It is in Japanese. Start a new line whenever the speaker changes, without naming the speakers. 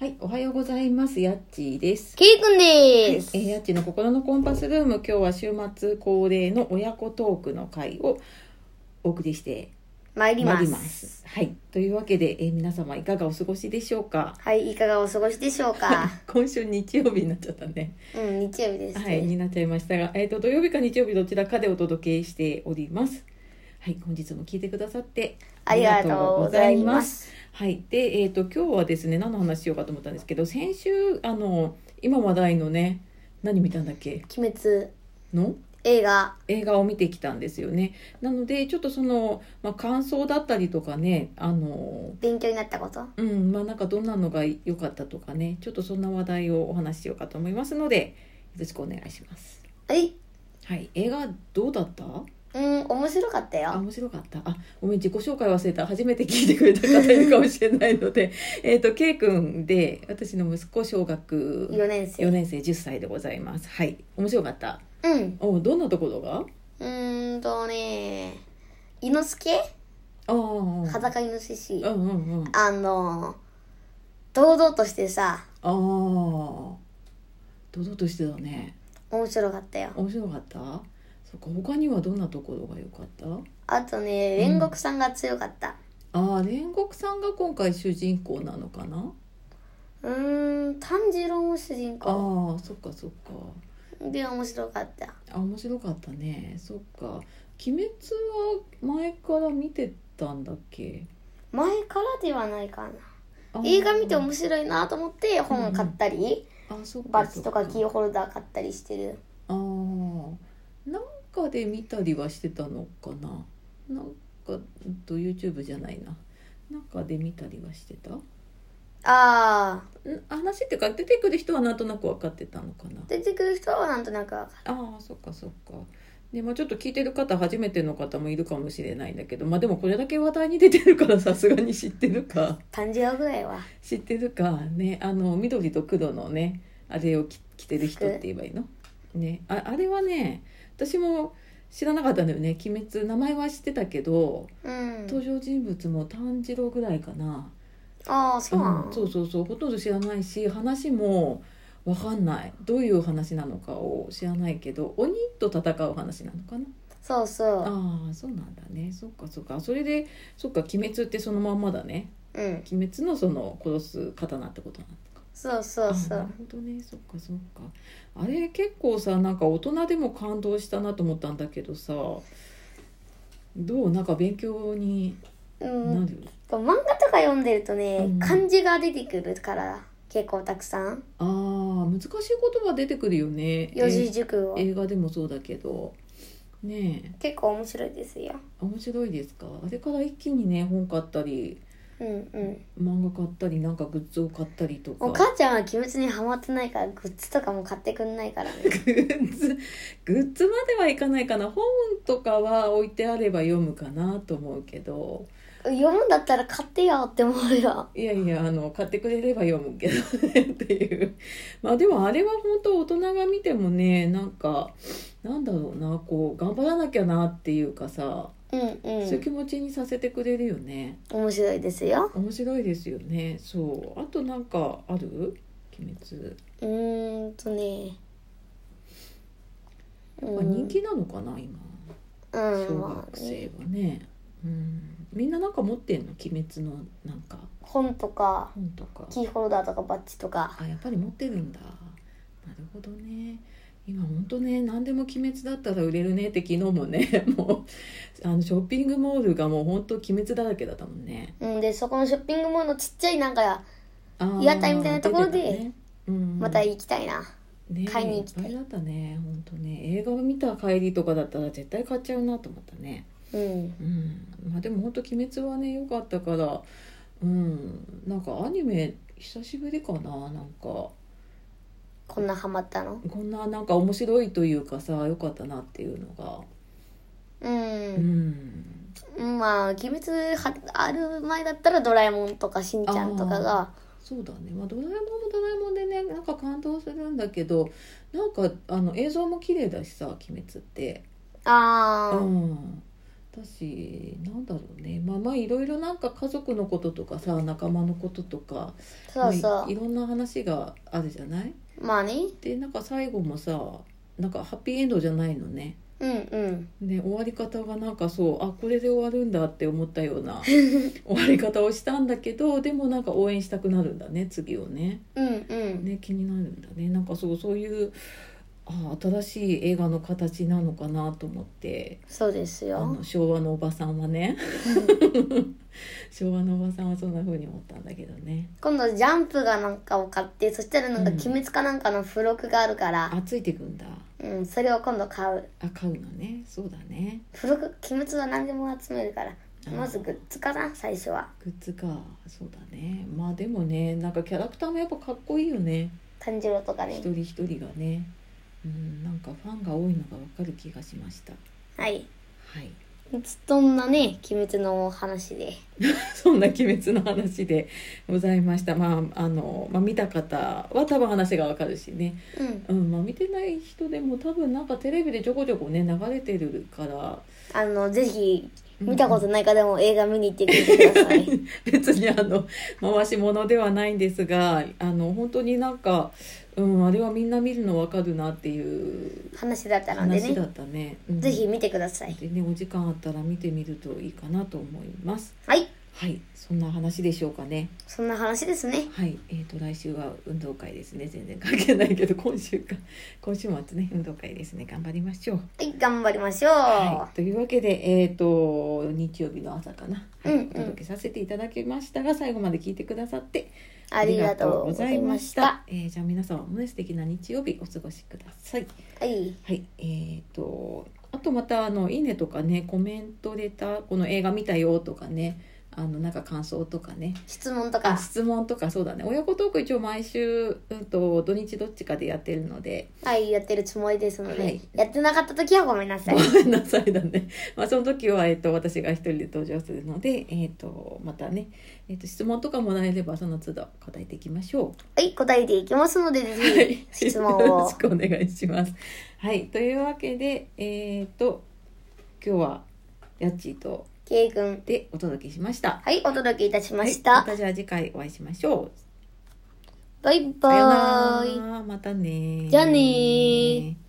はい、おはようございます。やっちーです。
ケイくんです。
えー、やっちーの心のコンパスルーム、今日は週末恒例の親子トークの会をお送りして
参
ま
ります。
す。はい、というわけで、えー皆様いかがお過ごしでしょうか。
はい、いかがお過ごしでしょうか。
今週日曜日になっちゃったね。
うん、日曜日です、ね。
はい、になっちゃいましたが、えっ、と土曜日か日曜日どちらかでお届けしております。はい、本日も聞いてくださって
ありがとうございます。
はい、で、えっ、と、今日はですね、何の話しようかと思ったんですけど、先週、あの、今話題のね。何見たんだっけ、
鬼滅
の
映画。
映画を見てきたんですよね。なので、ちょっとその、まあ、感想だったりとかね、あの。
勉強になったこと。
うん、まあ、なんか、どんなのが良かったとかね、ちょっとそんな話題をお話ししようかと思いますので。よろしくお願いします。
はい。
はい、映画どうだった？
うん、面白かった
あ、
よ。
面白かった。あ、ごめん、自己紹介忘れた。初めて聞いてくれた方いるかもしれないので、 えっと、ケイ君で、私の息子小学
4年生。
4年生10歳でございます。はい、面白かった。
うん。
お、どんなところが？
うーんとね、イノスケ
ああ、
裸イノシシ
う。んうんうん。あ
あの、堂々としてさ、
あー、堂々としてたね。
面白かったよ。
面白かった？そっか、他にはどんなところが良かった？
あとね、煉獄さんが強かった。
ああ、煉獄さんが今回主人公なのかな？
うーん、炭治郎も主人
ああ
公。
ー、そっかそっか。
で、面白かった。
あ面白かったねそっか「鬼滅」は前から見てたんだっけ
前からではないかな。
あ
映画見て面白いなと思って本を買ったり、
あそっか
バッジとかキ
そっ
ーホルダー買ったりしてる
あーなんかで見たりはしてたのかななんかうんと YouTube じゃないななんかで見たりはしてたん
ああ
話っていうか出てくる人はなんとなく分かってたのかな
出てくる人はなんとなくわかる
ああそっかそっかでまあ、ちょっと聞いてる方初めての方もいるかもしれないんだけどまあでもこれだけ話題に出てるからさすがに知ってるか
炭治郎ぐらいは
知ってるかねあの緑と黒のねあれを着着てる人って言えばいいのねああれはね私も知らなかったんだよね「鬼滅」名前は知ってたけど、
うん
登場人物も炭治郎ぐらいかな、
ああそうなの、
うんそうそうそうほとんど知らないし話もわかんないどういう話なのかを知らないけど鬼と戦う話なのかな
そうそう
ああそうなんだねそっかそっかそれでそっか「鬼滅」ってそのまんまだね
うん
「鬼滅」のその殺す刀ってことなんだ
そうそうそ
あなる
う
ほどねそっかそっかあれ結構さなんか大人でも感動したなと思ったんだけどさどうなんか勉強に
うん、
なる、
漫画とか読んでるとね、
うん
漢字が出てくるから結構たくさん
あー難しい言葉出てくるよね
四字熟語
え映画でもそうだけどねえ
結構面白いですよ
面白いですかあれから一気にね本買ったり
うんうん
漫画買ったりなんかグッズを買ったりとか
お母ちゃんは鬼滅にハマってないからグッズとかも買ってくんないからね
グッズグッズまではいかないかな本とかは置いてあれば読むかなと思うけど
読むんだったら買ってよって思うよ
いやいやあの買ってくれれば読むけどね っていうまあでもあれは本当大人が見てもねなんかなんだろうなこう頑張らなきゃなっていうかさ、
うんう
そういうん気持ちにさせてくれるよね
面白いですよ
面白いですよねそうあとなんかある鬼滅
うーんとね
まあ人気なのかな今
うんう
小
んま
学
あね
生はねうんみんななんか持ってんの鬼滅のなんか
本とか
本とか
キーホルダーとかバッジとか
あやっぱり持ってるんだなるほどね今本当ね何でも「鬼滅」だったら売れるねって昨日もね もうあのショッピングモールがもう本当鬼滅だらけだったもんね
うんでそこのショッピングモールのちっちゃいなんか
あー
屋台みたいなところで
出てたねうん、
また行きたいな
ね
買いに行きたい
っぱいだったね本当ね映画を見た帰りとかだったら絶対買っちゃうなと思ったね
うん
うんまあでも本当鬼滅はね良かったからうんなんかアニメ久しぶりかななんか
こんなハマったの
こんななんか面白いというかさ良かったなっていうのが
う、
うんん
まあ鬼滅はある前だったらドラえもんとかしんちゃんとかが
そうだね、まあ、ドラえもんもドラえもんでねなんか感動するんだけどなんかあの映像も綺麗だしさ「鬼滅」って、
あ
う
ー
ん、だしなんだろうねまあまあいろいろなんか家族のこととかさ仲間のこととか
そう
ま
そ
あいいろんな話があるじゃないう
まあね
でなんか最後もさなんかハッピーエンドじゃないのね
うんうん
ね終わり方がなんかそうあこれで終わるんだって思ったよう な終わり方をしたんだけどでもなんか応援したくなるんだね次をね
うんうん
ね気になるんだねなんかそうそういうあ新しい映画の形なのかなと思って
そうです
あ
よ
の昭和のおばさんはね 昭和のおばさんはそんな風に思ったんだけどね
今度ジャンプがなんかを買ってそしたらなんか
うん
「鬼滅」かなんかの付録があるから、
あついてくんだ
うんそれを今度買う
あ買うのねそうだね
付録「鬼滅」は何でも集めるから
あー
まずグッズかな最初は
グッズかそうだねまあでもねなんかキャラクターもやっぱかっこいいよね
炭治郎とかね
一人一人がねうんなんかファンが多いのがわかる気がしました
はい
はい
そんなね「鬼滅」のお話で
そんな鬼滅の話でございましたまああの、まあ、見た方は多分話がわかるしね
うん
うんまあ見てない人でも多分なんかテレビでちょこちょこね流れてるから
あのぜひ
うん
見たことない方も映画見に行ってみてください
別にあの回し物ではないんですがあの本当になんか、うん、あれはみんな見るのわかるなっていう
話だったので
話だ
ね
ったね。うん
ぜひ見てください
でねお時間あったら見てみるといいかなと思います。
はい
はいそんな話でしょうかね。
そんな話ですね
はいえー、と来週は運動会ですね全然関係ないけど今週か今週末ね運動会ですね頑張りましょう。
はい頑張りましょう、
はい、というわけで、えー、と日曜日の朝かな、はい
うんうん
お届けさせていただきましたが最後まで聞いてくださって
ありがとうございました。
ありがとうございましたえーじゃあ皆様もね素敵な日曜日お過ごしください。
はい
はい、えー、とあとまたあの「いいね」とかねコメントレターこの映画見たよとかねあのなんか感想とかね
質問と
あ
か
質問とかそうだね親子トーク一応毎週、うん、と土日どっちかでやってるので
はいやってるつもりですので、
はい
やってなかった時はごめん なさい
ごめんなさいだね、 まあ、その時は、えっと私が一人で登場するので、えっとまたね、えっと質問とかもらえればその都度答えていきましょう。
はい答えていきますのでぜひ、
はい、
質問
よろ
を
しくお願いします。はい、というわけで、えっと今日はやっちーと
K 君
でお届けしました。
はいお届けいたしました、
はい、またじゃあ次回お会いしましょう。
バイ
さよう
バーイ
ならまたね。
じゃあねー